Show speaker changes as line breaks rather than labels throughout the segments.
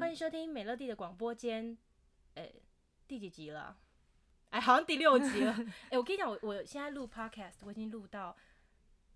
欢迎收听美乐蒂的广播间，呃，第几集了？哎，好像第六集了。哎、我跟你讲，我我现在录 podcast，我已经录到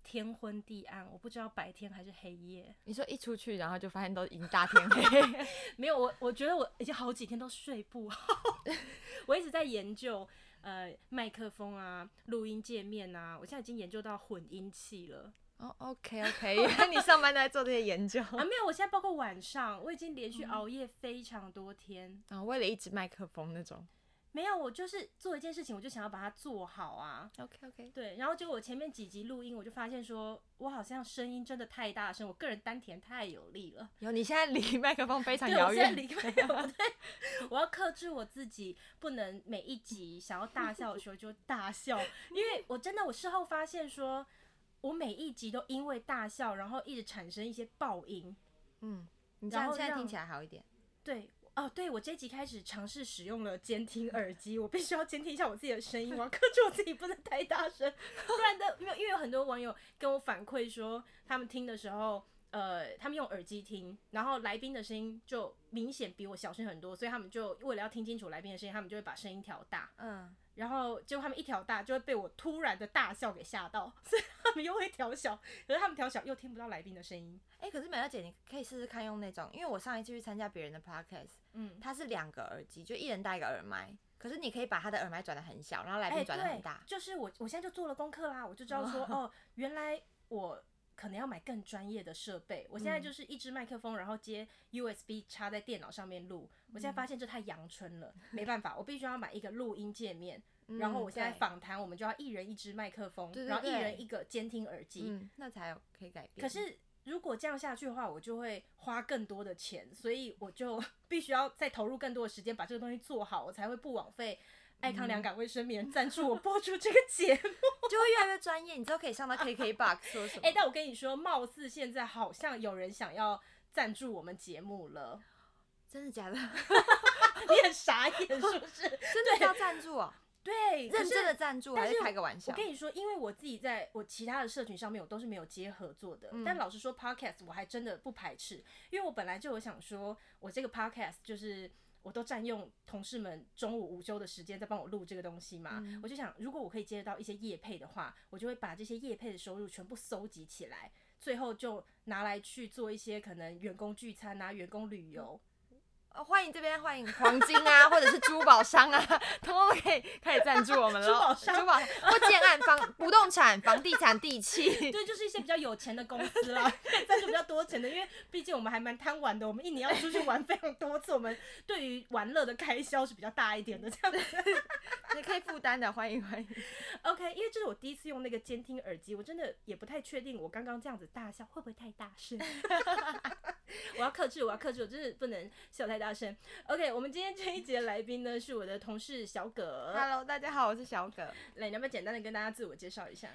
天昏地暗，我不知道白天还是黑夜。
你说一出去，然后就发现都已经大天黑，
没有，我我觉得我已经好几天都睡不好， 我一直在研究呃麦克风啊、录音界面啊，我现在已经研究到混音器了。
哦、o k OK，原 来你上班都在做这些研究
啊，没有，我现在包括晚上，我已经连续熬夜非常多天。
啊，为了一支麦克风那种。
没有，我就是做一件事情，我就想要把它做好啊。
OK OK，
对，然后就我前面几集录音，我就发现说，我好像声音真的太大声，我个人丹田太有力了。
有你现在离麦克风非常
对，
遥
我现在
远，
离 开我，对，我要克制我自己，不能每一集想要大笑的时候就大笑，因为我真的我事后发现说，我每一集都因为大笑，然后一直产生一些爆音。
嗯，你这
然
样
后
现在
让
听起来好一点。
对，哦，对我这一集开始尝试使用了监听耳机，我必须要监听一下我自己的声音，我要克制我自己不能太大声，不然的，因为因为有很多网友跟我反馈说，他们听的时候。呃，他们用耳机听，然后来宾的声音就明显比我小声很多，所以他们就为了要听清楚来宾的声音，他们就会把声音调大，
嗯，
然后结果他们一调大就会被我突然的大笑给吓到，所以他们又会调小，可是他们调小又听不到来宾的声音，
哎、可是美乐姐，你可以试试看用那种，因为我上一次去参加别人的 podcast，
嗯，
它是两个耳机，就一人戴一个耳麦，可是你可以把他的耳麦转的很小，然后来宾转的很大
哎。对就是我，我现在就做了功课啦，我就知道 说，哦，原来我可能要买更专业的设备。我现在
嗯
就是一支麦克风，然后接 USB 插在电脑上面录。我现在
嗯
发现这太阳春了，没办法，我必须要买一个录音界面。然后我现在
嗯对
访谈，我们就要一人一支麦克风，
对对
然后一
对
人一个监听耳机。
嗯，那才有可以改变。
可是如果这样下去的话，我就会花更多的钱，所以我就 必须要再投入更多的时间把这个东西做好，我才会不枉费爱康良港卫生棉赞助我播出这个节目。
就会越来越专业，你之后可以上到 KKBOX 说什么？
哎、但我跟你说，貌似现在好像有人想要赞助我们节目了，
真的假的？
你很傻眼是不是？
真的要赞助哦、
对，可
认
是
真的赞助
但
还
是
是开个玩笑
我？跟你说，因为我自己在我其他的社群上面，我都是没有接合作的。但老实说，podcast 我还真的不排斥，因为我本来就有想说，我这个 podcast 就是我都占用同事们中午午休的时间在帮我录这个东西嘛。我就想，如果我可以接到一些业配的话，我就会把这些业配的收入全部搜集起来，最后就拿来去做一些可能员工聚餐啊、员工旅游。
呃欢迎这边欢迎黄金啊， 或者是珠宝商啊， 通通都可以开始赞助我们了。
珠宝商
珠宝或建案房、不动产、房地产、地 契。
对，就是一些比较有钱的公司啦， 赞助比较多钱的，因为毕竟我们还蛮贪玩的，我们一年要出去玩非常多次，我们对于玩乐的开销是比较大一点的这样子。
你可以负担的，欢迎欢迎。
OK，因为这是我第一次用那个监听耳机，我真的也不太确定我刚刚这样子大笑会不会太大声。我要克制，我要克制，我真的不能笑太大声。OK，我们今天这一节来宾呢是我的同事小葛，
Hello，大家好，我是小葛。
来，你要不要简单的跟大家自我介绍一下？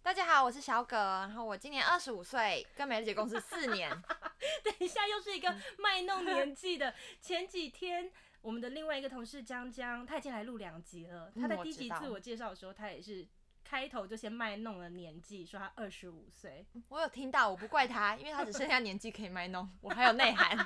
大家好，我是小葛，然后我今年二十五岁，跟美乐姐共事四年。
等一下又是一个卖弄年纪 的。前几天我们的另外一个同事江江，他已经来录两集了。
嗯
他在
我
第一
知
集
道
自我介绍的时候，他也是开头就先卖弄了年纪，说他二十五岁。
我有听到，我不怪他，因为他只剩下年纪可以卖弄， 我还有内涵。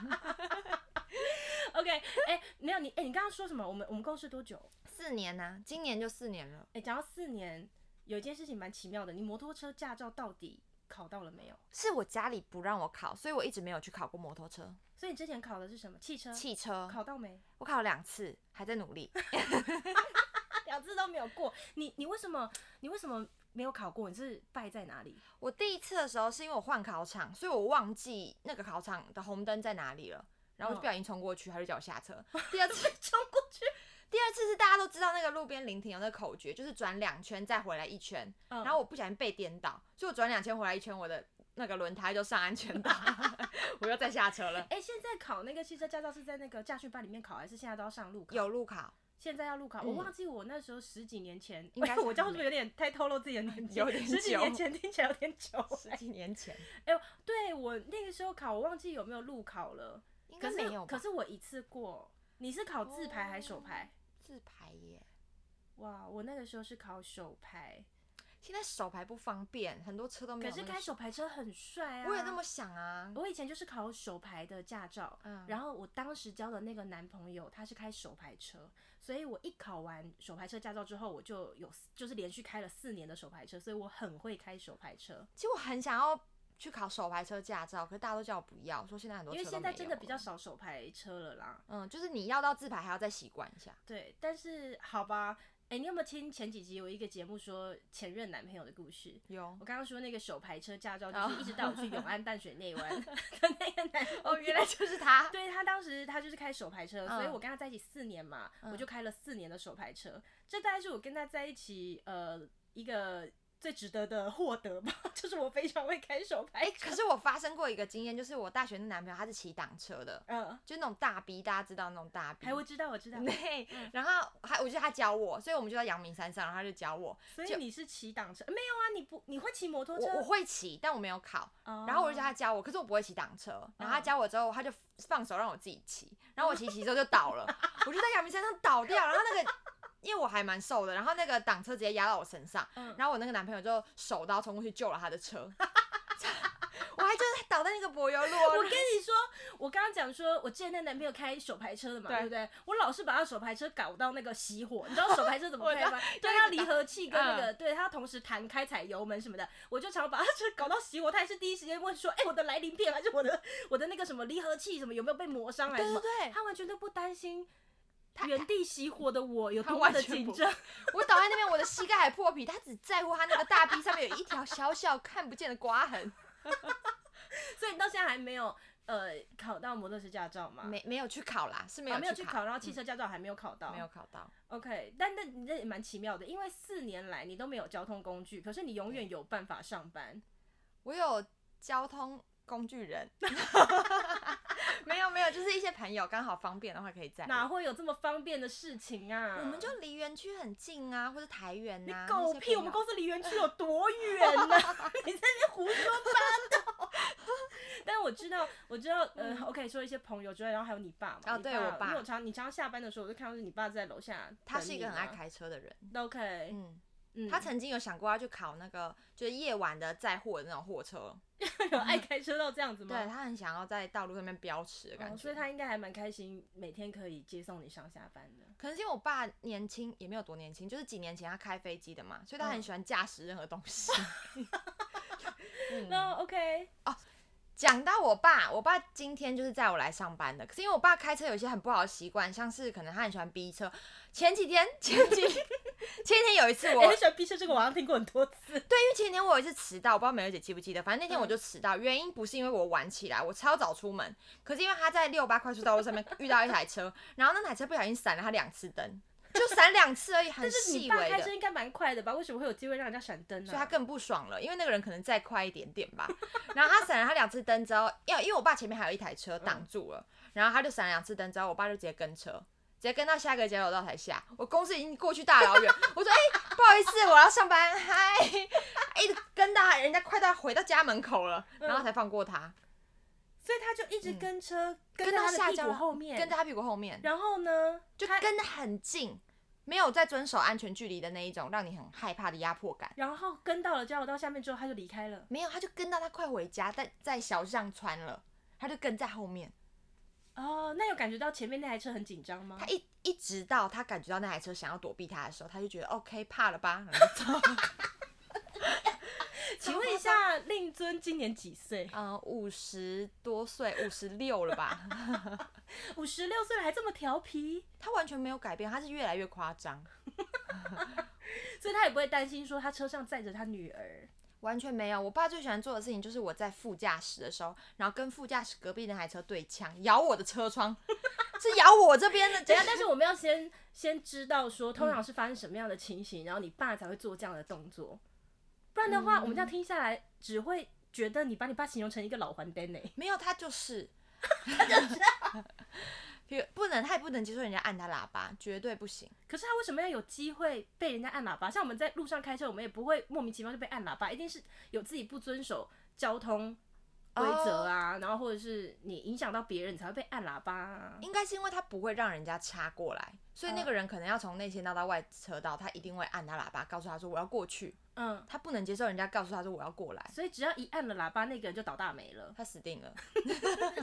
OK，哎、没有你，哎、你刚刚说什么？我们我们共事多久？
四年呐、今年就四年了。
哎、讲到四年，有一件事情蛮奇妙的，你摩托车驾照到底考到了没有？
是我家里不让我考，所以我一直没有去考过摩托车、
所以你之前考的是什么？汽车？
汽车。
考到没？
我考了两次，还在努力。
两啊次都没有过。你你为什么你为什么没有考过？你是败在哪里？
我第一次的时候是因为我换考场，所以我忘记那个考场的红灯在哪里了，
嗯
然后我就不小心冲过去，他就叫我下 车。第二次，
冲过去？
第二次是大家都知道那个路边临停有那个口诀，就是转两圈再回来一圈，
嗯
然后我不小心被颠倒，所以我转两圈回来一圈，我的那个轮胎就上安全岛，我又再下 车了。
哎、现在考那个汽车驾照是在那个驾训班里面考，还是现在都要上路考？
有路 考，
现在要路考，
嗯
我忘记我那时候十几年 前，
应该是
我这样是不是有点太透露自己的年纪？
有点
十几
久
年前听起来有点久。
十几年前
哎、呦，对我那个时候考，我忘记有没有路考了。
应
可
该
是
没有吧
可是我一次过。你是考自排还是手排？
自排耶。
哇，我那个时候是考手排。
现在手排不方便，很多车都没
可
有。
是开手排车很帅啊！
我也那么，想啊。
我以前就是考手排的驾照，
嗯，
然后我当时交的那个男朋友他是开手排车，所以我一考完手排车驾照之后，我就有就是连续开了四年的手排车，所以我很会开手排车。
其实我很想要去考手排车驾照，可是大家都叫我不要，说现在很多
因为
车都
现
没
在真的
有啊
比较
了，
少手排车了啦，
嗯，就是你要到自排还要再习惯一下。
对，但是好吧，哎、你有没有听前几集有一个节目说前任男朋友的故事？
有
我刚刚说那个手排车驾照，就
哦
是一直带我去永安淡水内 湾的那个男朋友
哦，原来就是他。
对他当时他就是开手排车，所以
嗯
我跟他在一起四年嘛，
嗯
我就开了四年的手排车，这大概是我跟他在一起呃一个最值得的获得吧， 就是我非常会开手排
哎、
车。
可是我发生过一个经验，就是我大学的男朋友他是骑挡车的，
嗯、
就是那种大 B，大家知道那种大 B。
还我知道我知道，
对，
嗯
然后还我觉得他教我，所以我们就在阳明山上，然后他就教我，
所以你是骑挡车没有啊？你不你会骑摩托车？
我我会骑，但我没有考，
哦
然后我就叫他教我，可是我不会骑挡车，然后他
嗯
教我之后，他就放手让我自己骑，然后我骑骑之后就倒 了，我就在阳明山上倒掉，然后那个因为我还蛮瘦的，然后那个挡车直接压到我身上，
嗯
然后我那个男朋友就手刀冲过去救了他的车， 我还就是倒在那个柏油路哦，
我跟你说，我刚刚讲说，我之前那男朋友开手排车的嘛，
对
对不对？我老是把他手排车搞到那个熄火，你知道手排车怎
我
么
知
开
道嗯
吗？
就
对，
一
它
直
离
打
合器跟那个，对它同时弹开踩油门什么的，我就常把他车搞到熄火。他也是第一时间问说，哎、我的来临片还是我的我的那个什么离合器什么有没有被磨伤还是什
对对
么？
对，
他完全都不担心
他
原地熄火的我有
他
多么
完
的
全
紧
不
张。
我倒在那边，我的膝盖还破皮，他只在乎他那个大臂上面有一条小小看不见的刮痕，
所以你到现在还没有呃考到摩托车驾照吗？
没没有去考啦，是没有
啊没有去
去
考，然后
嗯
汽车驾照还没有考到。
没有考到，
OK，但但你这也蛮奇妙的，因为四年来你都没有交通工具，可是你永远有办法上班。
我有交通工具人， 没有没有，就是一些朋友刚好方便的话可以载
哪
我。
会有这么方便的事情啊？
我们就离园区很近啊，或者台园
你
呐、啊。
狗
那些朋
屁！
友
我们公司离园区有多远呢、 你在那边胡说八道。 但我知道，我知道，呃，OK，说一些朋友之外，然后还有你爸嘛。
嗯哦
你
对我爸
因为我常你常下班的时候，我就看到你爸在楼下等你嘛。
他是一个很爱开车的人，
OK，
嗯，
嗯，
他曾经有想过要去考那个就是夜晚的载货的那种货车，
有爱开车到这样子吗？
对他很想要在道路上面飙驰的感觉。
哦，所以他应该还蛮开心，每天可以接送你上下班的。
可能是因为我爸年轻，也没有多年轻，就是几年前他开飞机的嘛，所以他
嗯
很喜欢驾驶任何东 西。 嗯
那 OK，
讲到我爸，我爸今天就是载我来上班的。可是因为我爸开车有一些很不好的习惯，像是可能他很喜欢逼车。前几天，前几前几天有一次我，
哎我很喜欢 P 车这个，我好像听过很多次。
对，因为前几天我有一次迟到，我不知道美乐姐记不记得，反正那天我
嗯
就迟到，原因不是因为我晚起来，我超早出门，可是因为他在六八快速道路上面遇到一台车，然后那台车不小心闪了他两次灯，就闪两次而已，很
但是
细
你
微
爸
的。
开车应该蛮快的吧？为什么会有机会让人家闪灯呢？
所以他更不爽了，因为那个人可能再快一点点吧。然后他闪了他两次灯之后，因为因为我爸前面还有一台车
嗯
挡住了，然后他就闪了两次灯之后，我爸就直接跟车，直接跟到下一个交流道才下。我公司已经过去大老远，我说哎、不好意思，我要上班，嗨，一直跟到他人家快到回到家门口了，然后才放过他，
所以他就一直跟车，跟
跟
在
到
他
下
的屁
交
股
了
后面，
跟在他屁股后面，
嗯然后呢，
就
他，
跟得很近，没有在遵守安全距离的那一种，让你很害怕的压迫感。
然后跟到了交流道下面之后，他就离开了。
没有，他就跟到他快回家，在在小巷穿了，他就跟在后面，
哦，那有感觉到前面那台车很紧张吗
他？一一直到他感觉到那台车想要躲避他的时候，他就觉得 OK 怕了 吧，然后就走了。
请问一下，令尊今年几岁？
嗯，五十多岁，五十六了吧？
五十六岁了还这么调皮，
他完全没有改变，他是越来越夸张，
所以他也不会担心说他车上载着他女儿。
完全没有。我爸最喜欢做的事情就是我在副驾驶的时候，然后跟副驾驶隔壁那台车对枪，咬我的车 窗，是咬我这 边的。
等一下，但是我们要先先知道说，通常是发生什么样的情形，然后你爸才会做这样的动作，不然的话，我们这样听下来，只会觉得你把你爸形容成一个老还灯呢、
没有，他 就是， 他就是，不能，他也不能接受人家按他喇叭，绝对不行。
可是他为什么要有机会被人家按喇叭？像我们在路上开车，我们也不会莫名其妙就被按喇叭，一定是有自己不遵守交通规则啊，然后或者是你影响到别人，你才会被按喇叭、啊。
应该是因为他不会让人家插过来，所以那个人可能要从内线道到外车道，他一定会按他喇叭，告诉他说我要过去，
嗯，
他不能接受人家告诉他说我要过来，
所以只要一按了喇叭，那个人就倒大霉了。
他死定了，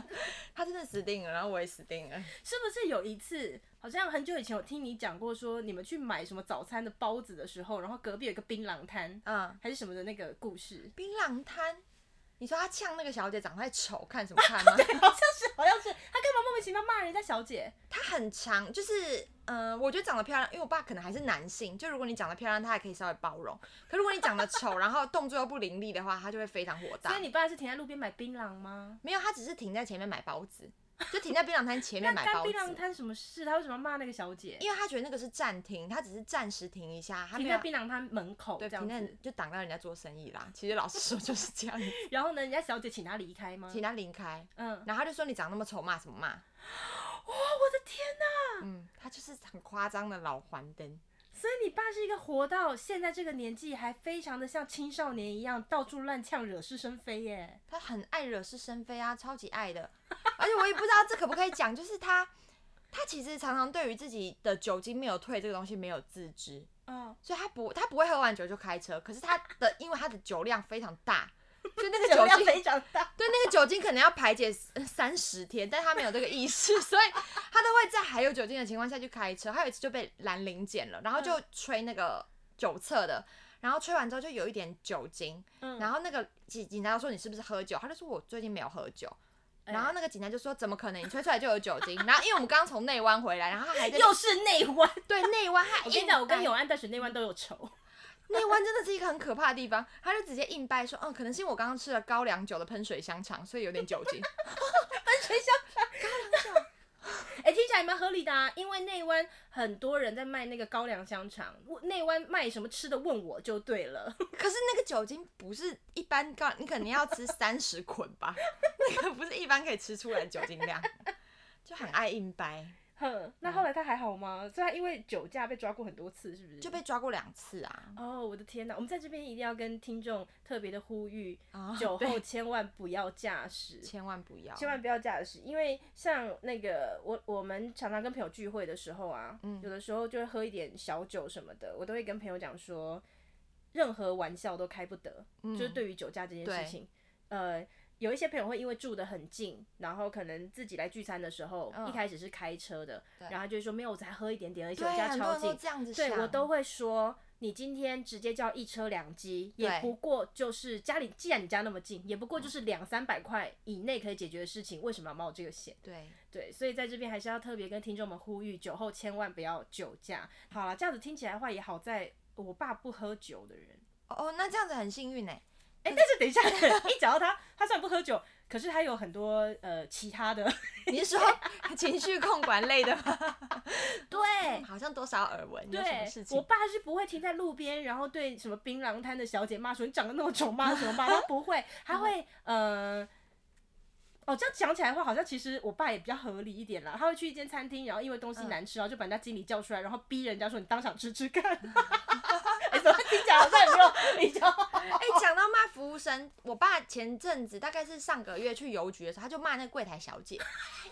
他真的死定了，然后我也死定了。
是不是有一次，好像很久以前我听你讲过说你们去买什么早餐的包子的时候，然后隔壁有一个槟榔摊
嗯，
还是什么的那个故事？
槟榔摊，你说他呛那个小姐长太丑，看什么看吗？
好像是，好像是，他干嘛莫名其妙骂人家小姐？
他很长，就是嗯、呃我觉得长得漂亮，因为我爸可能还是男性，就如果你长得漂亮，他还可以稍微包容；可如果你长得丑，然后动作又不伶俐的话，他就会非常火大
所以。你爸是停在路边买槟榔吗？
没有，他只是停在前面买包子，就停在槟榔摊前面买
干
包
槟榔
子，
摊什么事？他为什么要骂那个小姐？
因为他觉得那个是暂停，他只是暂时停一下，他
停
没
在
有
槟榔摊门口
对
这样
停在
子，
就挡到人家做生意啦。其实老实说就是这样，
然后呢，人家小姐请他离开吗？
请他离开，
嗯，
然后他就说你长那么丑，骂什么骂？
我的天哪！
嗯，他就是很夸张的老还灯。
所以你爸是一个活到现在这个年纪还非常的像青少年一样到处乱呛、惹是生非耶。
他很爱惹是生非啊，超级爱的。而且我也不知道这可不可以讲，就是他，他其实常常对于自己的酒精没有退这个东西没有自知，
嗯，
所以他不他不会喝完酒就开车，可是他的因为他的酒量非常大，所以那 个
酒
酒
量
精
非常大，
对那个酒精可能要排解三十天，但他没有这个意识， 所以他都会在还有酒精的情况下去开车。他有一次就被拦零检了，然后
嗯
就吹那个酒测的。然后吹完之后就有一点酒精，
嗯
然后那个警警察就说你是不是喝酒，他就说我最近没有喝酒，
哎
然后那个警察就说怎么可能你吹出来就有酒精，然后因为我们刚刚从内湾回来，然后他还在
又是内湾。
对内湾，他
哎
哎
我跟你
硬
讲，我哎跟
掰
永安淡水内湾都有仇。
内湾真的是一个很可怕的地方，他就直接硬掰说，嗯，可能是因为我刚刚吃了高粱酒的喷水香肠，所以有点酒精。
哎、听起来蛮合理的啊，因为内湾很多人在卖那个高粱香肠，我内湾卖什么吃的问我就对了。
可是那个酒精不是一般高，你可能要吃三十捆吧，那个不是一般可以吃出来的酒精量，就很爱硬掰，
哼，那后来他还好吗？所以他因为酒驾被抓过很多次，是不是？
就被抓过两次啊。
哦，我的天哪！我们在这边一定要跟听众特别的呼吁，
啊
酒
对
后千万不要驾驶。
千万不要，
嗯千万不要驾驶，因为像那个我我们常常跟朋友聚会的时候啊，
嗯
有的时候就会喝一点小酒什么的，我都会跟朋友讲说，任何玩笑都开不得，就是对于酒驾这件
嗯对
事情，呃。有一些朋友会因为住得很近，然后可能自己来聚餐的时候，
嗯
一开始是开车的，然后他就会说没有，我才喝一点点而已，酒
对
驾
很多
超
人都
近，
这样子
对
想
我都会说，你今天直接叫一车两机，也
对
不过就是家里，既然你家那么近，也不过就是两三百块以内可以解决的事情，为什么要冒这个险？
对，
对，所以在这边还是要特别跟听众们呼吁，酒后千万不要酒驾。好了，这样子听起来的话，也好在我爸不喝酒的人。
哦哦，那这样子很幸运哎、
哎、但是等一下， 一讲到他，他虽然不喝酒，可是他有很多呃其他的，
你是说 情绪控管类的吗？
对
嗯好像多少耳闻有什么事
我
情，
爸是不会停在路边，然后对什么槟榔摊的小姐骂说你长得那么丑，骂什么骂，他不 会，他会呃。哦，这样讲起来的话，好像其实我爸也比较合理一点啦。他会去一间餐厅，然后因为东西
嗯
难吃，然后就把人家经理叫出来，然后逼人家说你当场吃吃 看。哎、怎么听起来好像也没有比 较好？
哎、讲到骂服务生，我爸前阵子大概是上个月去邮局的时候，他就骂那柜台小姐，因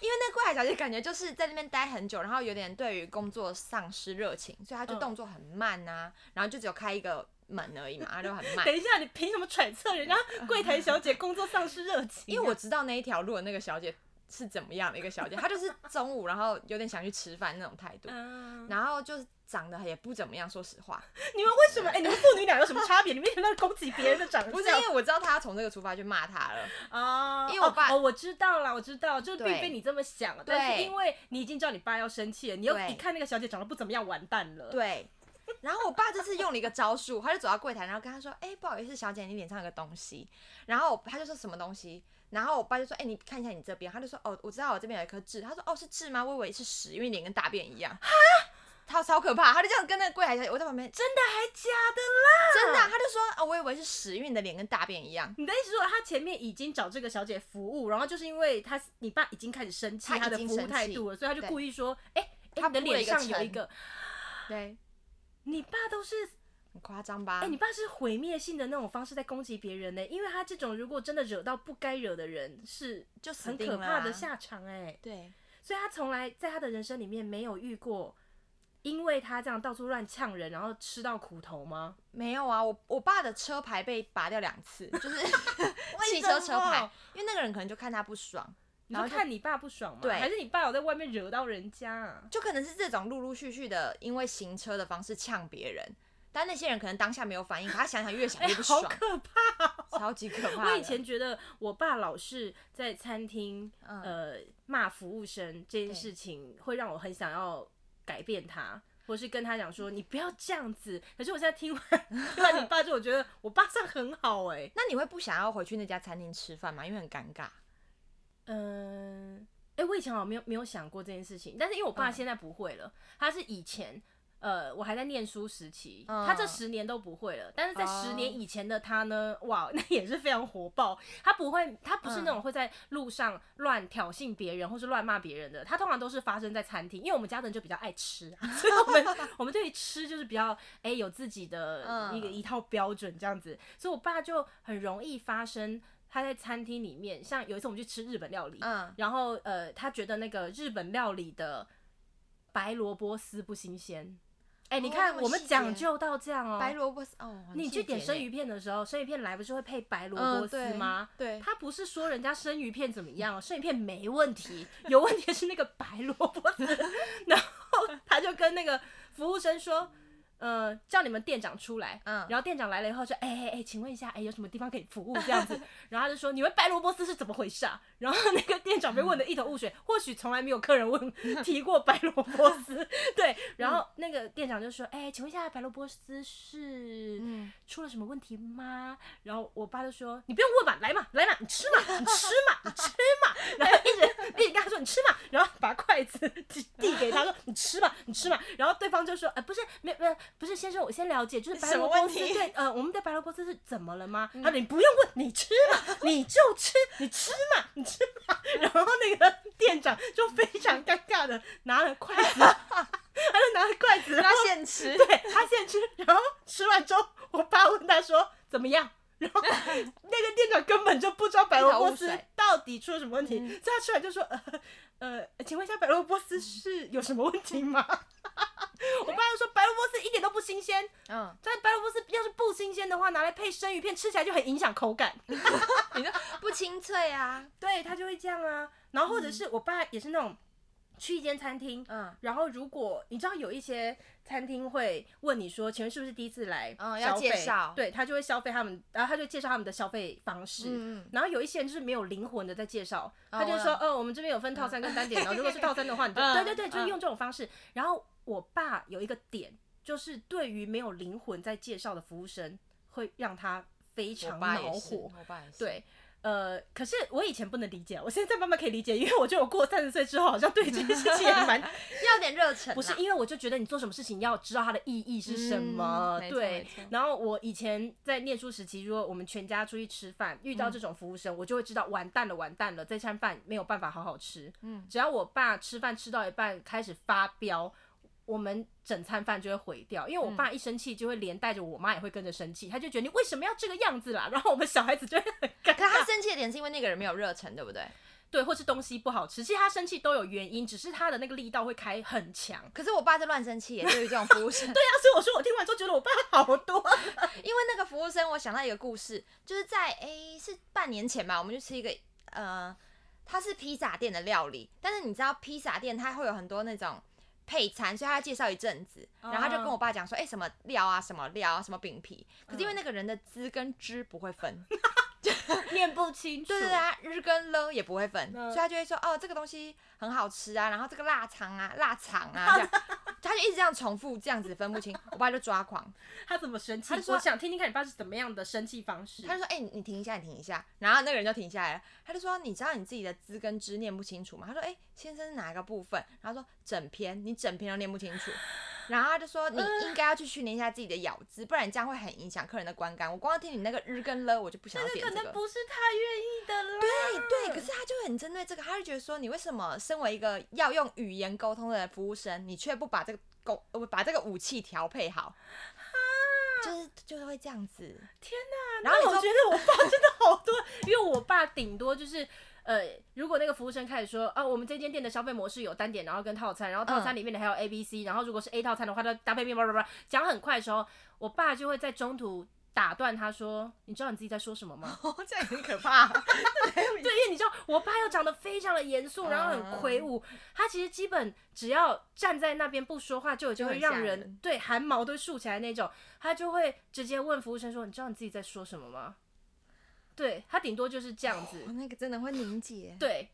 为那柜台小姐感觉就是在那边待很久，然后有点对于工作丧失热情，所以他就
嗯
动作很慢啊，然后就只有开一个门而已嘛，他就很 慢。
等一下，你凭什么揣测人家柜台小姐工作丧失热情啊、
因为我知道那一条路的那个小姐是怎么样的一个小姐，她就是中午然后有点想去吃饭那种态度，
嗯，
然后就是长得也不怎么样，说实话，
你们为什么？哎、你们父女俩有什么差别？你们一直在攻击别人的长相，
不是因为我知道他要从这个出发去骂他了，
哦，
因为我爸
哦哦我知道啦，我知道，就是并
对
非你这么想，但是
对
因为你已经知道你爸要生气了，你又
对
一看那个小姐长得不怎么样，完蛋了。
对。然后我爸这次用了一个招数，他就走到柜台，然后跟他说：“哎、不好意思，小姐，你脸上有个东西。”然后他就说什么东西，然后我爸就说：“哎、你看一下你这边。”他就说：“哦，我知道我这边有一颗痣。”他说：“哦，是痣吗？我以为是屎，因为你脸跟大便一样。”他超可怕，他就这样跟那个柜台小姐，我在旁边，
真的还假的啦？
真的啊、他就说：“哦，我以为是屎，因为你的脸跟大便一样。”
你的意思说他前面已经找这个小姐服务，然后就是因为他你爸已经开始生气
他已
他的
经
服务
生
态
气
度了，所以他就
对
故意说，哎、哎
他
你的
铺了
脸
一个
上有
层
一个，
对，
你爸都是
很夸张吧？
哎、你爸是毁灭性的那种方式在攻击别人呢、因为他这种如果真的惹到不该惹的人，是
就死
很
定
可
了
怕
啊
的下场哎、
对，
所以他从来在他的人生里面没有遇过，因为他这样到处乱呛人，然后吃到苦头吗？
没有啊，我我爸的车牌被拔掉两次， 就是汽车车牌，因为那个人可能就看他不爽，
你
然
就
后就
看你爸不爽吗？
对
还是你爸有在外面惹到人家、啊？
就可能是这种陆陆续续的，因为行车的方式呛别人，但那些人可能当下没有反应，可他想想越 想
哎、
越不
好
爽，
可怕！
超级可怕的。
我以前觉得我爸老是在餐厅、
嗯
呃骂服务生这
对
件事情，会让我很想要改变他。或是跟他讲说你不要这样子，可是我现在听完 听完你爸之后，我觉得我爸这样很好哎、
那你会不想要回去那家餐厅吃饭吗？因为很尴尬。
嗯，哎、我以前好像没有没有想过这件事情，但是因为我爸
嗯
现在不会了，他是以前。呃，我还在念书时期，
嗯
他这十年都不会了。但是在
哦
十年以前的他呢，哇， 那也是非常火爆。他不会，他不是
嗯
那种会在路上乱挑衅别人或是乱骂别人的。他通常都是发生在餐厅，因为我们家的人就比较爱吃啊，所以我们 我们对于吃就是比较哎、有自己的
嗯
一个一套标准这样子，所以我爸就很容易发生。他在餐厅里面，像有一次我们去吃日本料理，
嗯，
然后呃，他觉得那个日本料理的白萝卜丝不新鲜。哎、你
哦
看
那么
我们
细节
讲究到这样哦、
白萝卜丝哦，很
你
细
去点
节
生
呢
鱼片的时候，生鱼片来不是会配白萝
嗯
卜丝
对
吗？
对，
他不是说人家生鱼片怎么样，生鱼片没问题，有问题是那个白萝卜 丝。然后他就跟那个服务生说，呃，叫你们店长出来。
嗯
然后店长来了以后说，哎哎哎，请问一下，哎，有什么地方可以服务这样 子？然后他就说，你们白萝卜丝是怎么回事啊？然后那个店长被问得一头雾水，或许从来没有客人问提过白萝卜 丝。对，
嗯
然后那个店长就说，哎，请问一下，白萝卜丝是
嗯
出了什么问题吗？然后我爸就说：“你不用问嘛，来嘛，来嘛，你吃嘛，你吃嘛，你吃 嘛。”然后一直一直跟他说：“你吃嘛。”然后把筷子递递给他说：“你吃嘛，你吃嘛。”然后对方就说：“呃，不是，没，不是，不是，先生，我先了解，就是白
什
萝
么
卜
问
丝，
题嗯
对，呃，我们的白萝卜丝是怎么了吗？”他说：“你不用问，你吃嘛，你就吃，你吃嘛，你吃嘛。”然后那个店长就非常尴尬的拿了筷子， 他就拿了筷子，然后
他现吃，
对他先吃，然后吃完之后，我爸问他说怎么样， 然后那个店长根本就不知道白萝卜
一头雾
丝
水
到底出了什么问题，所以他吃完就说呃呃，请问一下白萝卜丝是有什么问题吗？ 我爸就说白萝卜丝一点都不新鲜，
嗯，
但白萝卜丝要是不新鲜的话，拿来配生鱼片吃起来就很影响口感。
你说不清脆啊，
对他就会这样啊，然后或者是我爸也是那种去一间餐厅，呃
嗯
然后如果你知道有一些餐厅会问你说，请问是不是第一次来消
嗯
费？
要介绍
对他就会消费他们，然后他就介绍他们的消费方式。
嗯嗯
然后有一些人就是没有灵魂的在介绍，
哦
他就
我
说，
懂
哦，我们这边有分套餐跟单点，然后如果是套餐的话，你就
嗯
对对对，就
嗯
用这种方式。然后我爸有一个点，就是对于没有灵魂在介绍的服务生，会让他非
我
常
爸
恼
也是，
火。
我爸也是，
对，呃，可是我以前不能理解，我现在慢慢可以理解，因为我觉得我过三十岁之后，好像对这件事情也蛮
要点热忱啦，
不是，因为我就觉得你做什么事情要知道它的意义是什么
嗯，没错没
对
错。
然后我以前在念书时期，如果我们全家出去吃饭，遇
嗯
到这种服务生，我就会知道完蛋了，完蛋了，这餐饭没有办法好好吃。
嗯
只要我爸吃饭吃到一半开始发飙。我们整餐饭就会毁掉，
嗯
因为我爸一生气就会连带着我妈也会跟着生气，他就觉得你为什么要这个样子啦？然后我们小孩子就会很尴
可
尬。
他生气的点是因为那个人没有热忱，对不对？
对，或是东西不好吃，其实他生气都有原因，只是他的那个力道会开很强。
可是我爸就乱生气耶，对于这种服务
对
生，
啊，所以我说我听完之后觉得我爸好多。
因为那个服务生，我想到一个故事，就是在诶、是半年前吧，我们去吃一个呃，它是披萨店的料理，但是你知道披萨店它会有很多那种配餐，所以他介绍一阵子，然后他就跟我爸讲说，诶、什么料啊，什么料啊，什么饼皮，可是因为那个人的汁跟汁不会分，
念不清楚
对对对，
啊，
他日跟了也不会分，
嗯
所以他就会说哦，这个东西很好吃啊，然后这个腊肠啊，腊肠啊，这样，他就一直这样重复，这样子分不清，我爸就抓狂，
他怎么生气
他就？说
我想听听看你爸是怎么样的生气方式。
他就说：“哎、你停一下，你停一下。”然后那个人就停下来了，他就说：“你知道你自己的字跟知念不清楚吗？”他说：“哎、先生是哪一个部分？”然后说：“整篇，你整篇都念不清楚。”然后他就说：“你应该要去训练一下自己的咬字，不然你这样会很影响客人的观感。我光听你那个日跟了，我就不想啊要点
可
这
能
个。”
不是他愿意的啦。
对对，可是他就很针对这个，他就觉得说，你为什么身为一个要用语言沟通的服务生，你却不把这个沟呃不把这个武器调配好？就是就是会这样子。
天
哪！然后
那
你
我
说
觉得我爸真的好多， 因为我爸顶多就是。呃，如果那个服务生开始说啊，我们这间店的消费模式有单点，然后跟套餐，然后套餐里面的还有 A、B、C，然后如果是 A 套餐的话，它搭配面包，叭叭叭讲很快的时候，我爸就会在中途打断他说：“你知道你自己在说什么吗？”
哦，这样也很可怕。
对，因为你知道，我爸又长得非常的严肃，然后很
嗯
魁梧。他其实基本只要站在那边不说话，就已经
就
会
很
让
吓
人
人
对汗毛都竖起来那种。他就会直接问服务生说：“你知道你自己在说什么吗？”对他顶多就是这样子，
我那个真的会凝结。
对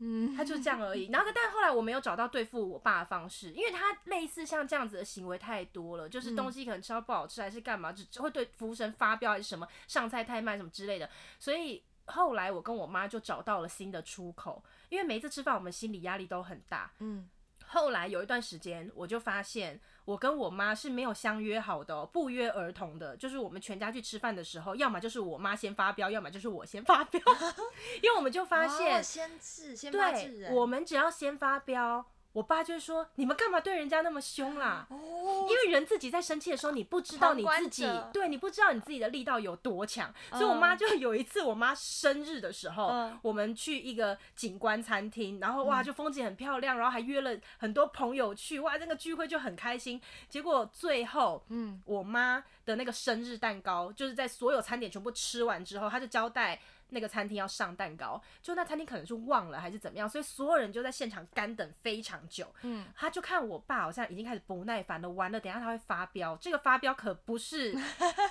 嗯，
他就这样而已。然后，但后来我没有找到对付我爸的方式，因为他类似像这样子的行为太多了，就是东西可能吃到不好吃，还是干嘛，只只会对服务生发飙，还是什么上菜太慢什么之类的。所以后来我跟我妈就找到了新的出口，因为每一次吃饭我们心理压力都很大。
嗯，
后来有一段时间，我就发现我跟我妈是没有相约好的、哦，不约而同的，就是我们全家去吃饭的时候，要么就是我妈先发飙，要么就是我先发飙， 因为我们就发现
哦先治，先发制
对，
人。
我们只要先发飙，我爸就会说：“你们干嘛对人家那么凶啦？”
哦，
因为人自己在生气的时候，你不知道你自己
旁观者，
对你不知道你自己的力道有多强，所以我妈就有一次，我妈生日的时候，
嗯
我们去一个景观餐厅，然后哇，就风景很漂亮，然后还约了很多朋友去，哇，那个聚会就很开心。结果最后，
嗯，
我妈的那个生日蛋糕，就是在所有餐点全部吃完之后，她就交代。那个餐厅要上蛋糕，就那餐厅可能是忘了还是怎么样，所以所有人就在现场干等非常久。
嗯
他就看我爸好像已经开始不耐烦了，完了，等一下他会发飙。这个发飙可不是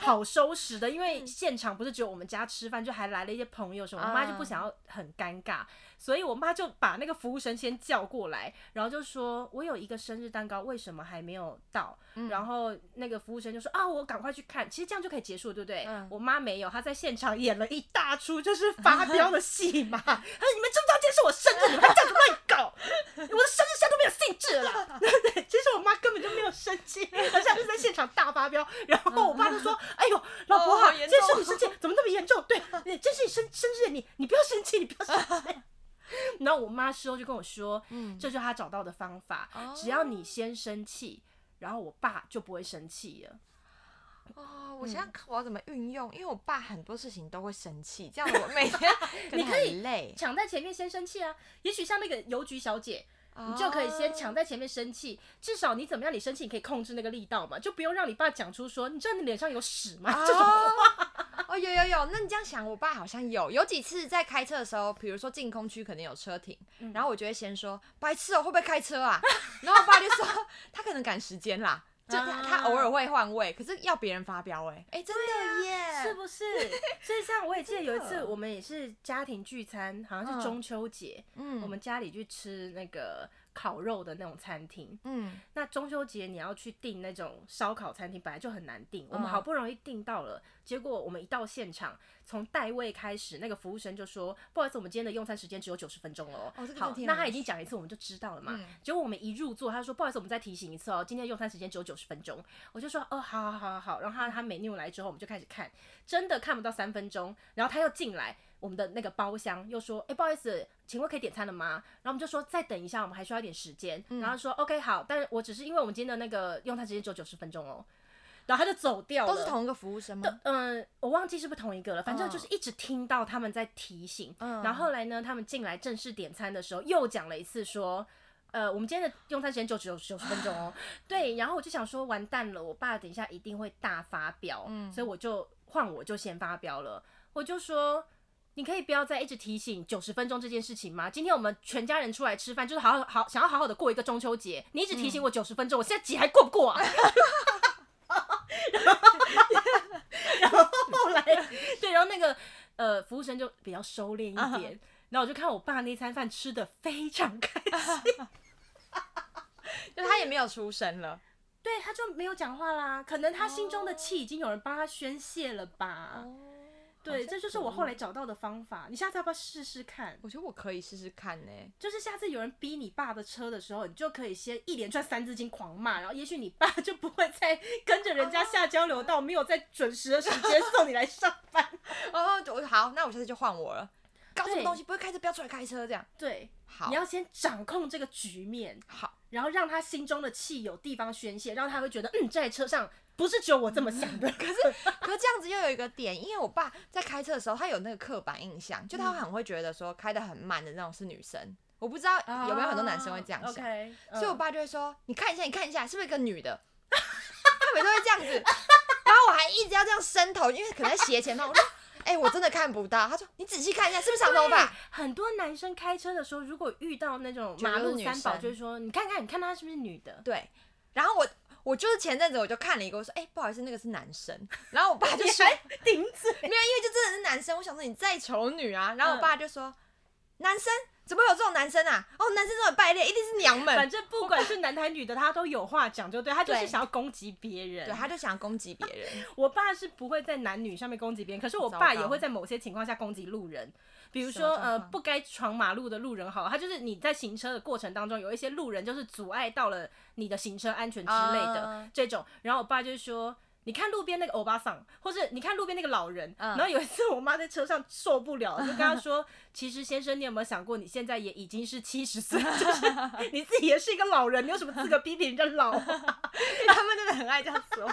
好收拾的，因为现场不是只有我们家吃饭，就还来了一些朋友什么，我妈就不想要很尴尬，所以我妈就把那个服务生先叫过来，然后就说：“我有一个生日蛋糕，为什么还没有到？”然后那个服务生就说：“啊，我赶快去看。”其实这样就可以结束，对不对？
嗯
我妈没有，她在现场演了一大出就是发飙的戏嘛。她说：“你们知不知道今天是我生日？你们还这样子乱搞！”我的生日现在都没有兴致了啦。 对，其实我妈根本就没有生气，而且她就在现场大发飙。然后我爸就说：“哎呦，老婆
好
啊，
严
这
重
是你生气，怎么那么严重？对，你这是你生生日，你你不要生气，你不要生气。” 然后我妈事后就跟我说：“
嗯
这就是她找到的方法，
哦
只要你先生气，然后我爸就不会生气了。
哦，
嗯
我想想看我要怎么运用，因为我爸很多事情都会生气，这样我每天
你可以
很累，
抢在前面先生气啊！也许像那个邮局小姐，
你
你就可以先抢在前面生气，至少你怎么样，你生气你可以控制那个力道嘛，就不用让你爸讲出说你知道你脸上有屎吗？啊这种
哦哦，有有有，那你这样想，我爸好像有有几次在开车的时候，比如说进空区肯定有车停，
嗯
然后我就会先说白痴哦、会不会开车啊？然后我爸就说他可能赶时间啦，就他他偶
啊
尔会换位，可是要别人发飙哎、哎、真的耶，
是不是？所以像我也记得有一
真
次，
的
我们也是家庭聚餐，好像
嗯
是中秋节，
嗯
我们家里去吃那个烤肉的那种餐厅。
嗯
那中秋节你要去订那种烧烤餐厅，本来就很难订，我们
嗯
好不容易订到了，结果我们一到现场，从代位开始，那个服务生就说：“不好意思，我们今天的用餐时间只有九十分钟了哦。
哦这个真
好
的，挺
那
有
他已
趣
经讲一次，我们就知道了嘛。
嗯
结果我们一入座，他说：“不好意思，我们再提醒一次哦，今天的用餐时间只有九十分钟。”我就说：“哦，好好好好好。”然后他他 menu 来之后，我们就开始看，真的看不到三分钟，然后他又进来。我们的那个包厢又说：“哎、不好意思，请问可以点餐了吗？”然后我们就说：“再等一下，我们还需要一点时间。
嗯
然后说：“OK，好，但是我只是因为我们今天的那个用餐时间只有九十分钟哦。”然后他就走掉了。
都是同一个服务生吗？
嗯，我忘记是不是同一个了，反正
嗯
就是一直听到他们在提醒。
嗯
然后后来呢，他们进来正式点餐的时候，又讲了一次说。呃，我们今天的用餐时间就只有九十分钟哦。 对，然后我就想说，完蛋了，我爸等一下一定会大发飙，所以我就换我就先发飙了。我就说，你可以不要再一直提醒九十分钟这件事情吗？今天我们全家人出来吃饭，就是好好好想要好好的过一个中秋节，你一直提醒我九十分钟，我现在节还过不过啊？ 然后后来，对，然后那个呃服务生就比较收敛一点。然后我就看我爸那餐饭吃的非常开心，
就他也没有出声了。
对，他就没有讲话啦，可能他心中的
哦
气已经有人帮他宣泄了
啊
吧。哦对，这就是我后来找到的方法。你下次要不要试试看？
我觉得我可以试试看呢、
就是下次有人逼你爸的车的时候，你就可以先一连串三字经狂骂，然后也许你爸就不会再跟着人家
哦
下交流道，没有在准时的时间送你来上班。
哦，我好，那我下次就换我了。搞什么
对
东西？不会开车，不要出来开车这样。
对，
好
你，要先掌控这个局面，
好，
然后让他心中的气有地方宣泄，让他会觉得，嗯，这台车上不是只有我这么想的。可是
嗯 可是这样子又有一个点，因为我爸在开车的时候，他有那个刻板印象，
嗯
就他很会觉得说开的很慢的那种是女生。我不知道有没有很多男生会这样
哦
想，
OK，
所以我
嗯
爸就会说：“你看一下，你看一下，是不是一个女 的？”他每次会这样子，然后我还一直要这样伸头，因为可能在斜前方。我说：“ 哎、我真的看不到。”他说：“你仔细看一下，是不是长 头发
很多男生开车的时候，如果遇到那种
觉得
马
是
路
女
三宝，
生
就会说：“你看看，你看她是不是女的？””
对，然后我我就是前阵子我就看了一个，我说：“哎、不好意思，那个是男生。”然后我爸就
你
说：“
还顶嘴，
没有，因为就真的是男生。我想说你再丑女啊，然后我
嗯
爸就说：“男生怎么会有这种男生啊？哦，男生这么败类，一定是娘们
反。正不管是男的还是女的，他都有话讲，就对他就是
对
想要攻击别”人
对，。他就想攻击别 人。
我爸是不会在男女上面攻击别人，可是我
糟
爸
糕
也会在某些情况下攻击路人，比如
什么
说
状
呃
况
不该闯马路的路人好了，他就是你在行车的过程当中，有一些路人就是阻碍到了你的行车安全之类的、
啊
这种，然后我爸就说。你看路边那个欧巴桑，或者你看路边那个老人，
嗯
然后有一次我妈在车上受不了，就跟他说：“其实先生，你有没有想过，你现在也已经是七十岁，就是你自己也是一个老人，你有什么资格批评人家老啊、
他们真的很爱这样说。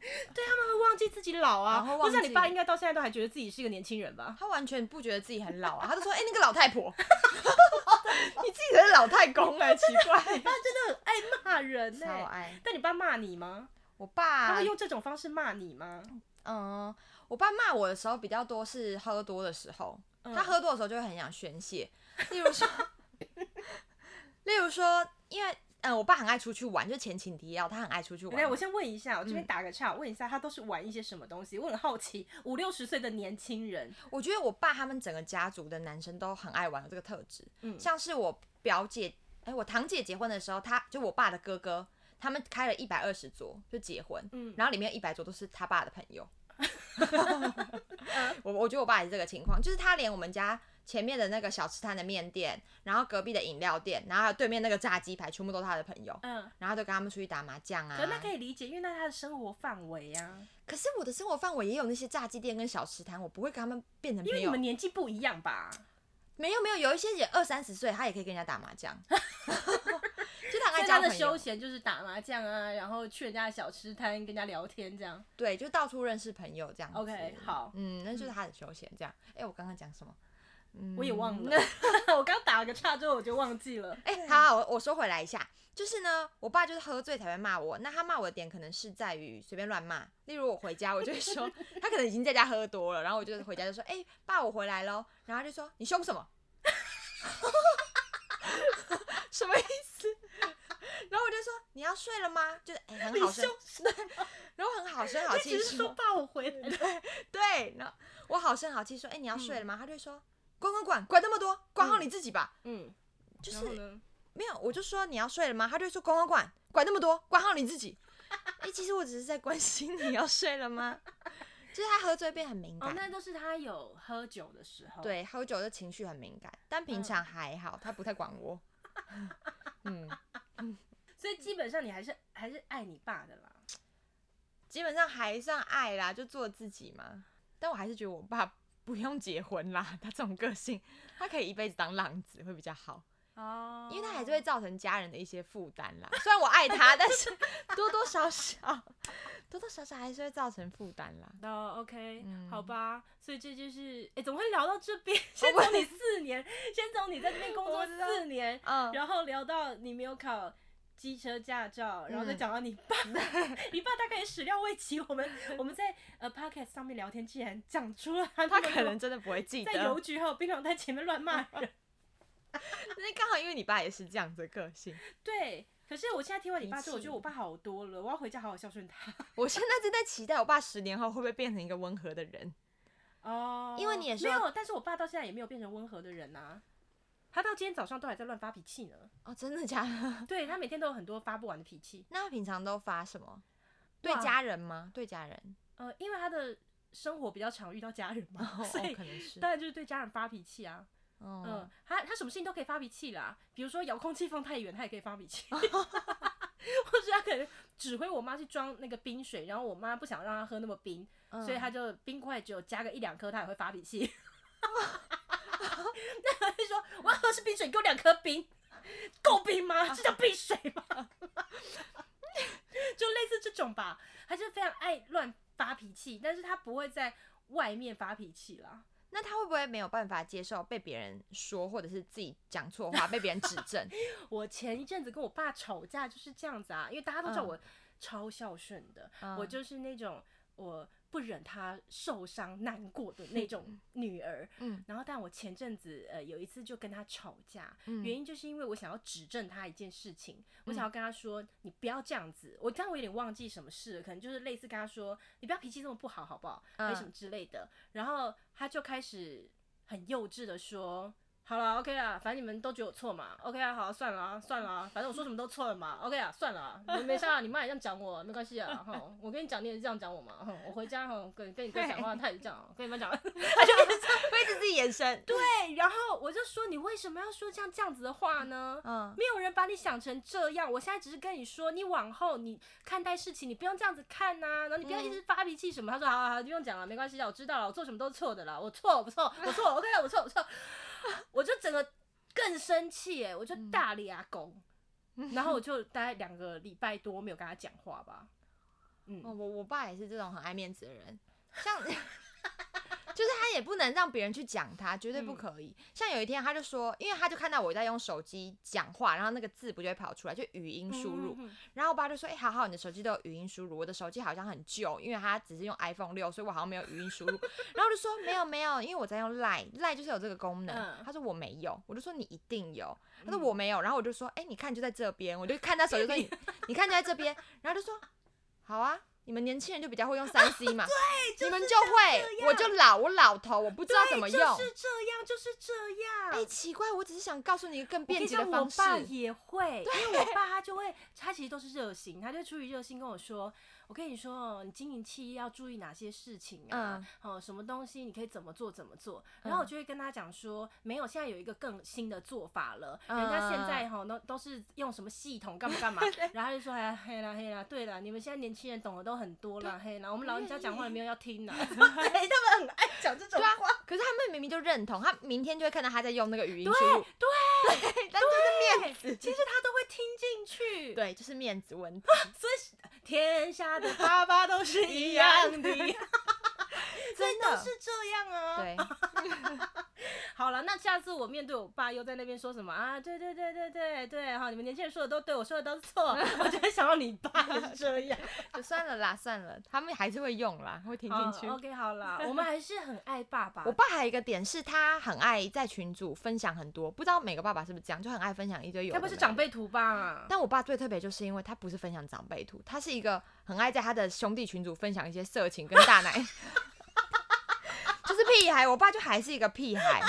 会忘记自己老啊
然后，忘
我
记
想你爸应该到现在都还觉得自己是一个年轻人吧？
他完全不觉得自己很老啊，他就说：“哎、那个老太婆， 你自己才是老太公哎、奇怪。
他真的很爱骂人”欸啊呢、
超爱
但你爸骂你吗？
我爸
他会，用这种方式骂你吗？
嗯，我爸骂我的时候比较多是喝多的时候，
嗯
他喝多的时候就会很想宣泄，例如说， 例如说，因为嗯，我爸很爱出去玩，就前情提要，他很爱出去玩嗯
来，
嘛。
我先问一下，我这边打个岔，问一下他都是玩一些什么东西？我很好奇，五六十岁的年轻人，
我觉得我爸他们整个家族的男生都很爱玩，有这个特质。
嗯
像是我表姐，哎、我堂姐结婚的时候，他就我爸的哥哥，他们开了一百二十桌就结婚，
嗯
然后里面一百桌都是他爸的朋 友。我我觉得我爸也是这个情况，就是他连我们家前面的那个小吃摊的面店，然后隔壁的饮料店，然后还有对面那个炸鸡排，全部都是他的朋友，
嗯，
然后就跟他们出去打麻将啊
呃可。那可以理解，因为那是他的生活范围啊，
可是我的生活范围也有那些炸鸡店跟小吃摊，我不会跟他们变成
因
朋
为你
友
们。年纪不一样吧？
没有没有，有一些也二三十岁，他也可以跟人家打 麻将，就他
所
很爱
以
交
他的
朋友
休，闲就是打麻将啊，然后去人家的小吃摊跟人家聊天这样。
对，就到处认识朋友这样子。
OK，好
嗯，那就是他的休闲这样。哎、我刚刚讲什么？嗯
我也忘了， 我刚打了个岔之后我就忘记了。
哎、好好，我我说回来一下，就是呢，我爸就是喝醉才会骂我。那他骂我的点可能是在于随便乱骂，例如我回家，我就 会说他可能已经在家喝多了，然后我就回家就说，哎、爸，我回来喽。然后他就说你凶什么？ 什么意思？然后我就说你要睡了吗？就是、哎 很好声
你，
然后很好声好哦
他
气
只是说爸，我回来 了。
对，然后我好声好气说，哎、你要睡了吗？他就说滚滚滚滚那么多，管好你自己吧。
嗯，
就
然
是
后呢？
没有，我就说你要睡了吗？他就说管管管，管那么多，管好你自 己。哎、其实我只是在关心你要睡了吗？ 就是他喝醉变很敏
哦
感，，
那都是他有喝酒的时候。，
对，喝酒的情绪很敏感，但平常还好，他不太管我。嗯，
所以基本上你还是还是爱你爸的啦。
基本上还算爱啦，就做自己嘛。但我还是觉得我爸不用结婚啦，他这种个性，他可以一辈子当浪子会比较好。
哦
因为他还是会造成家人的一些负担啦。虽然我爱他，但 是多多少少，多多少少还是会造成负担啦。
哦，OK，、
嗯
好吧，所以这就是，哎、怎么会聊到这 边？先从你四年， 先从你在这边工
我
作
不知道
四年，
嗯，
然后聊到你没有考机车驾照，然后再
嗯
讲到你 爸，你爸大概也始料未及。我们我们在呃 podcast 上面聊天，竟然讲出了 他
他
那么
可
多
能真的不会记得
在。邮局还有槟榔摊前面乱 骂人。
那刚好因为你爸也是这样子的个性，
对，可是我现在听完你
没
爸之后，我觉
事
得我爸好多了，我要回家好好孝顺他。
我现在正在期待我爸十年后会不会变成一个温和的人。
哦
因为你也
没
说
有，但是我爸到现在也没有变成温和的人呐、他到今天早上都还在乱发脾气呢，
哦，真的假的？
对他每天都有很多发不完的脾气。
那他平常都发什么？对
哇
家人吗？对家人？
呃，因为他的生活比较常遇到家人嘛，
哦，
所以
可能是。
当然就是对家人发脾气啊。嗯、
嗯，
他他什么事情都可以发脾气啦，比如说遥控器放太远，他也可以发脾气， 或是他可能指挥我妈去装那个冰水，然后我妈不想让他喝那么冰，
嗯
所以他就冰块只有加个一两颗，他也会发脾气。那他就说：“我要喝是冰水，你给我两颗冰，够冰吗？是叫冰水吗？” 就类似这种吧。他就非常爱乱发脾气，但是他不会在外面发脾气啦。
那他会不会没有办法接受被别人说，或者是自己讲错话，被别人指 正？
我前一阵子跟我爸吵架就是这样子啊，因为大家都知道我超孝顺的，
嗯
我就是那种我不忍他受伤难过的那 种女儿。
嗯，
然后但我前阵子呃有一次就跟他吵架，
嗯
原因就是因为我想要指正他一件事情，我想要跟他说你不要这样子。我但我有点忘记什么事了，可能就是类似跟他说你不要脾气这么不好，好不好？
嗯
还是什么之类的。然后他就开始很幼稚的说。好了，OK 啦，反正你们都觉得我错嘛，OK 啊，好啊算了啊，算了啊，反正我说什么都错了嘛，OK 啊，算了啊，没没事啊，你妈也这样讲我，没关系啊，哈，我跟你讲，你也是这样讲我嘛，哈，我回家哈跟跟你哥讲 话，他也是这样，啊跟你妈讲，
会一直自己延伸。对，
对，然后我就说你为什么要说这样这样子的话呢？
嗯，
没有人把你想成这样，我现在只是跟你说，你往后你看待事情，你不用这样子看呐、然后你不要一
嗯
直发脾气什么。他说好好好，不用讲了，没关系的，我知道了，我做什么都是错的啦，我错我不 错，我错 OK 我错我错，我就整个更生气哎，我就大力阿公，
嗯
然后我就大概两个礼拜多没有跟他讲话吧，嗯，
哦我我爸也是这种很爱面子的人，像 就是他也不能让别人去讲他，绝对不
嗯
可以。像有一天他就说，因为他就看到我在用手机讲话，然后那个字不就会跑出来，就语音输入。
嗯嗯嗯
然后我爸就说：“哎、好好，你的手机都有语音输入，我的手机好像很旧，因为它只是用 iPhone 六，所以我好像没有语音输入。”然后我就说：“没有没有，因为我在用 Line，Line 就是有这个功能。
嗯
他说：“我没有。”我就说：“你一定有。”他说：“
嗯
我没有。”然后我就说：“哎、你看就在这边。”我就看他手机说：“ 你你看就在这边。”然后就说：“好啊，你们年轻人就比较会用三 C 嘛，
就
你们
是
就会，我就老，我老头，我不知道怎么
就
用。
是这样，就是这样。
哎、奇怪，我只是想告诉你一个更
我跟
便
你
捷
讲，
的
我
方式。
爸也会，因为我爸他就会，他其实都是热心，他就出于热心跟我说，我跟你说哦，你经营企业要注意哪些事情啊，哦，什么东西你可以怎么做怎么做，然后我就会跟他讲说，没有，现在有一个更新的做法了，人家现在哈都都是用什么系统干嘛干嘛，然后他就说，哎，嘿啦嘿啦，对啦，你们现在年轻人懂得都很多啦，嘿啦，我们老人家讲话也没有要听啦，对，他们很爱讲这种
对啊，可是他们明明就认同，他明天就会看到他在用那个语音输入，对， 但就是面子，
其实他都会听进去，
对，就是面子 问题，
所以天下的爸爸都是一样的，
真
都
的
是，这样啊。，
对，
好了，那下次我面对我爸又在那边说什么啊？对对对对对对，哈，你们年轻人说的都对，我说的都是错，我就会想到你爸也是这样。
就算了啦，算了，他们还是会用啦，会听
好
进去。
OK，好啦，我们还是很爱爸爸。
我爸还有一个点是他很爱在群组分享很多，不知道每个爸爸是不是这样，就很爱分享一堆有。
该不是长。辈图吧？
但我爸最特别，就是因为他不是分享长辈图，他是一个很爱在他的兄弟群组分享一些色情跟大奶， 就是屁孩。我爸就还是一个屁孩，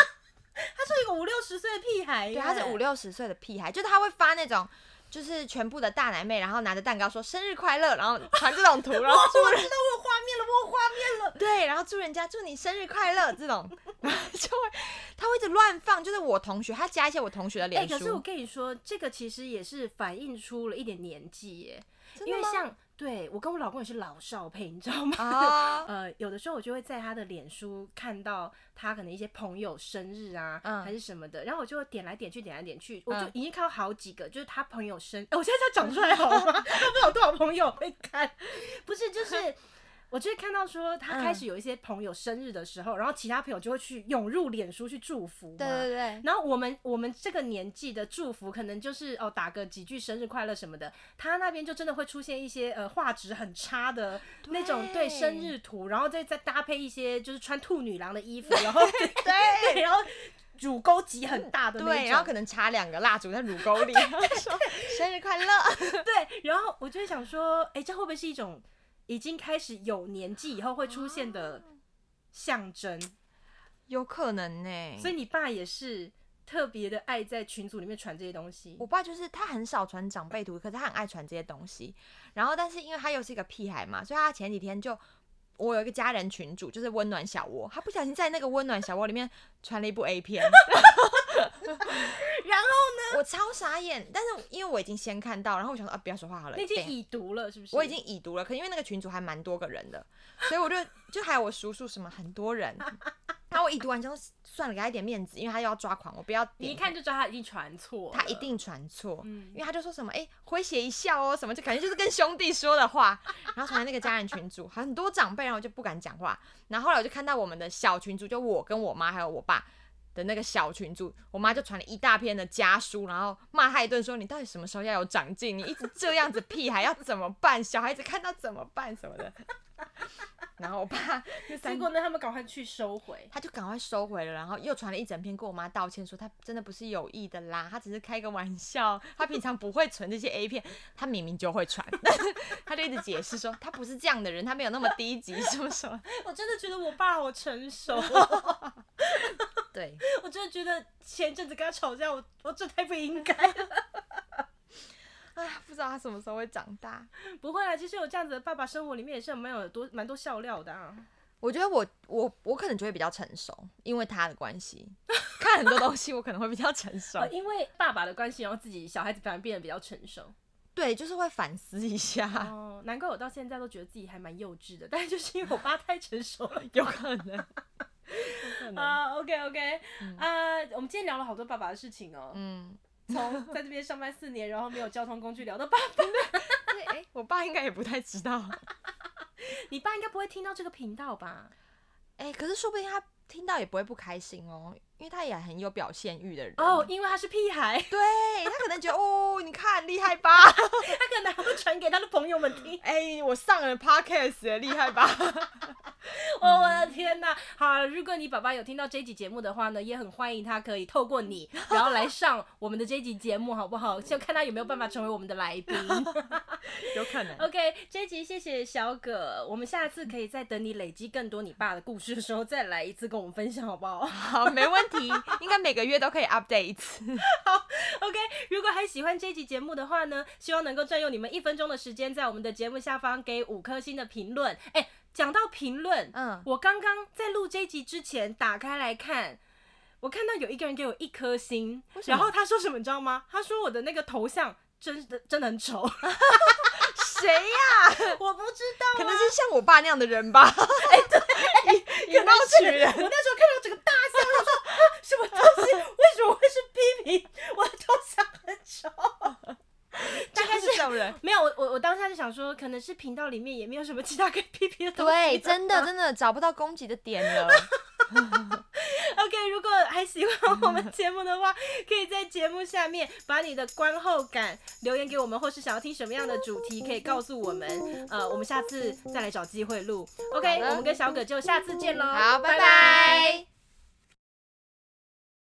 他是一个五六十岁的屁孩耶，
对，他是五六十岁的屁孩，就是他会发那种，就是全部的大奶妹，然后拿着蛋糕说生日快乐，然后传这种图，然后祝
那
人
我有画面了，我有画面了。
对，然后祝人家祝你生日快乐这种，然后就会他会一直乱放，就是我同学，他加一些我同学的
哎、
脸
可是我
书，
跟你说，这个其实也是反映出了一点年纪耶，
真的
因为
吗
像对我跟我老公也是老少配，你知道吗？
啊，
呃，有的时候我就会在他的脸书看到他可能一些朋友生日啊，
嗯
还是什么的，然后我就点来点去，点来点去，我就
嗯
已经看到好几个，就是他朋友生，哎我现在要讲出来好吗？ 要不然有多少朋友会看？不是，就是。 我就会看到说，他
嗯
开始有一些朋友生日的时候，然后其他朋友就会去涌入脸书去祝福嘛。
对对对，
然后我们我们这个年纪的祝福，可能就是哦打个几句生日快乐什么的，他那边就真的会出现一些呃画质很差的那种对
对
生日图，然后再再搭配一些就是穿兔女郎的衣服， 然后对对，然后乳沟挤很大的那种，
对，然后可能插两个蜡烛在乳沟里，然后说生日快乐，
对，然后我就会想说，哎，这会不会是一种已经开始有年纪以后会出现的象征？
有可能呢、
所以你爸也是特别的爱在群组里面传这些东西
我，爸就是他很少传长辈图，可是他很爱传这些东西。然后，但是因为他又是一个屁孩嘛，所以他前几天就我有一个家人群主，就是温暖小窝，他不小心在那个温暖小窝里面传了一部 A 片，
然后
我超傻眼。但是因为我已经先看到，然后我想说啊，不要说话好了，
那已
等
经
一下
已读了，是不是？
我已经已 读了，可因为那个群主还蛮多个人的，所以我就就还有我叔叔什么很多人，然后我已读完之后，算了，给他一点面子，因为他又要抓狂，我不要点
你一看就知道他一定传错，
他一，定传错，
嗯
因，为他就说什么哎、诶诙谐一笑哦，什么就感觉就是跟兄弟说的话， 然后传来那个家人群组，很多长辈，然后我就不敢讲话，然后后来我就看到我们的小群组，就我跟我妈还有我爸的那个小群组，我妈就传了一大篇的家书，然后骂他一顿说你到底什么时候要有长进，你一直这样子屁孩要怎么办，小孩子看到怎么办什么的，然后我爸那
结
三
果呢，他们赶快去收 回，
他就赶快收回了，然后又传了一整篇跟我妈道歉，说他真的不是有意的啦，他只是开个玩笑，他平常不会传这些 A 片，他明明就会传， 他就一直解释说他不是这样的人，他没有那么低级什么什么，
我真的觉得我爸好成熟，
对，
我真的觉得前一阵子跟他吵架，我我这太不应 该了。
哎，不知道他什么时候会长大。
不会啦，其实有这样子的爸爸，生活里面也是蛮有多蛮多笑料的啊。
我觉得我我我可能就会比较成熟，因为他的关系，看很多东西我可能会比较成 熟
呃，因为爸爸的关系，然后自己小孩子反而变得比较成熟。
对，就是会反思一下，
哦，难怪我到现在都觉得自己还蛮幼稚的，但 是就是因为我爸太成熟了。
有可能，哦 有可能，
啊，OK，OK、o k OK，啊、我们今天聊了好多爸爸的事情哦，
嗯，
从在这边上班四年，然后没有交通工具，聊到爸爸。
对，哎、我爸应该也不太知道。
你爸应该不会听到这个频道吧？
哎、可是说不定他听到也不会不开心哦，因为他也很有表现欲的人
哦，因为他是屁孩，
对他可能觉得哦，你看厉害吧？
他可能还会传给他的朋友们听。
哎、我上了 podcast 耶厉害吧？
哦，我的天呐！好，如果你爸爸有听到这一集节目的话呢，也很欢迎他可以透过你，然后来上我们的这一集节目，好不好？就看他有没有办法成为我们的来宾。
有可能。
OK，这一集谢谢小葛，我们下次可以再等你累积更多你爸的故事的时候，再来一次跟我们分享，好不好？
好，没问题，应该每个月都可以 update 一次。
OK，如果还喜欢这一集节目的话呢，希望能够占用你们一分钟的时间，在我们的节目下方给五颗星的评论。哎、讲到评论，
嗯
我刚刚在录这一集之前打开来看。我看到有一个人给我一颗星
为，什
然
么
后他说什么你知道吗？他说我的那个头像真的真的很 丑，我
谁呀、
不知 道、啊，
可能是像我爸那样的人吧？哎、对，以貌取
我那时候看
人。
到整个大笑，我说、啊、什么 东西？为什么会是批评我的头像很丑？大概
就是是这种人，
没有，我我我当下就想说，可能是频道里面也没有什么其他可以批评的东西。
对，真 的真的找不到攻击的点 了。
OK，如果还喜欢我们节目的话，可以在节目下面把你的观后感留言给我们，或是想要听什么样的主题，可以告诉我们。呃，我们下次再来找机会录。OK，
好的
我们跟小葛就下次见喽。
好，拜
拜
拜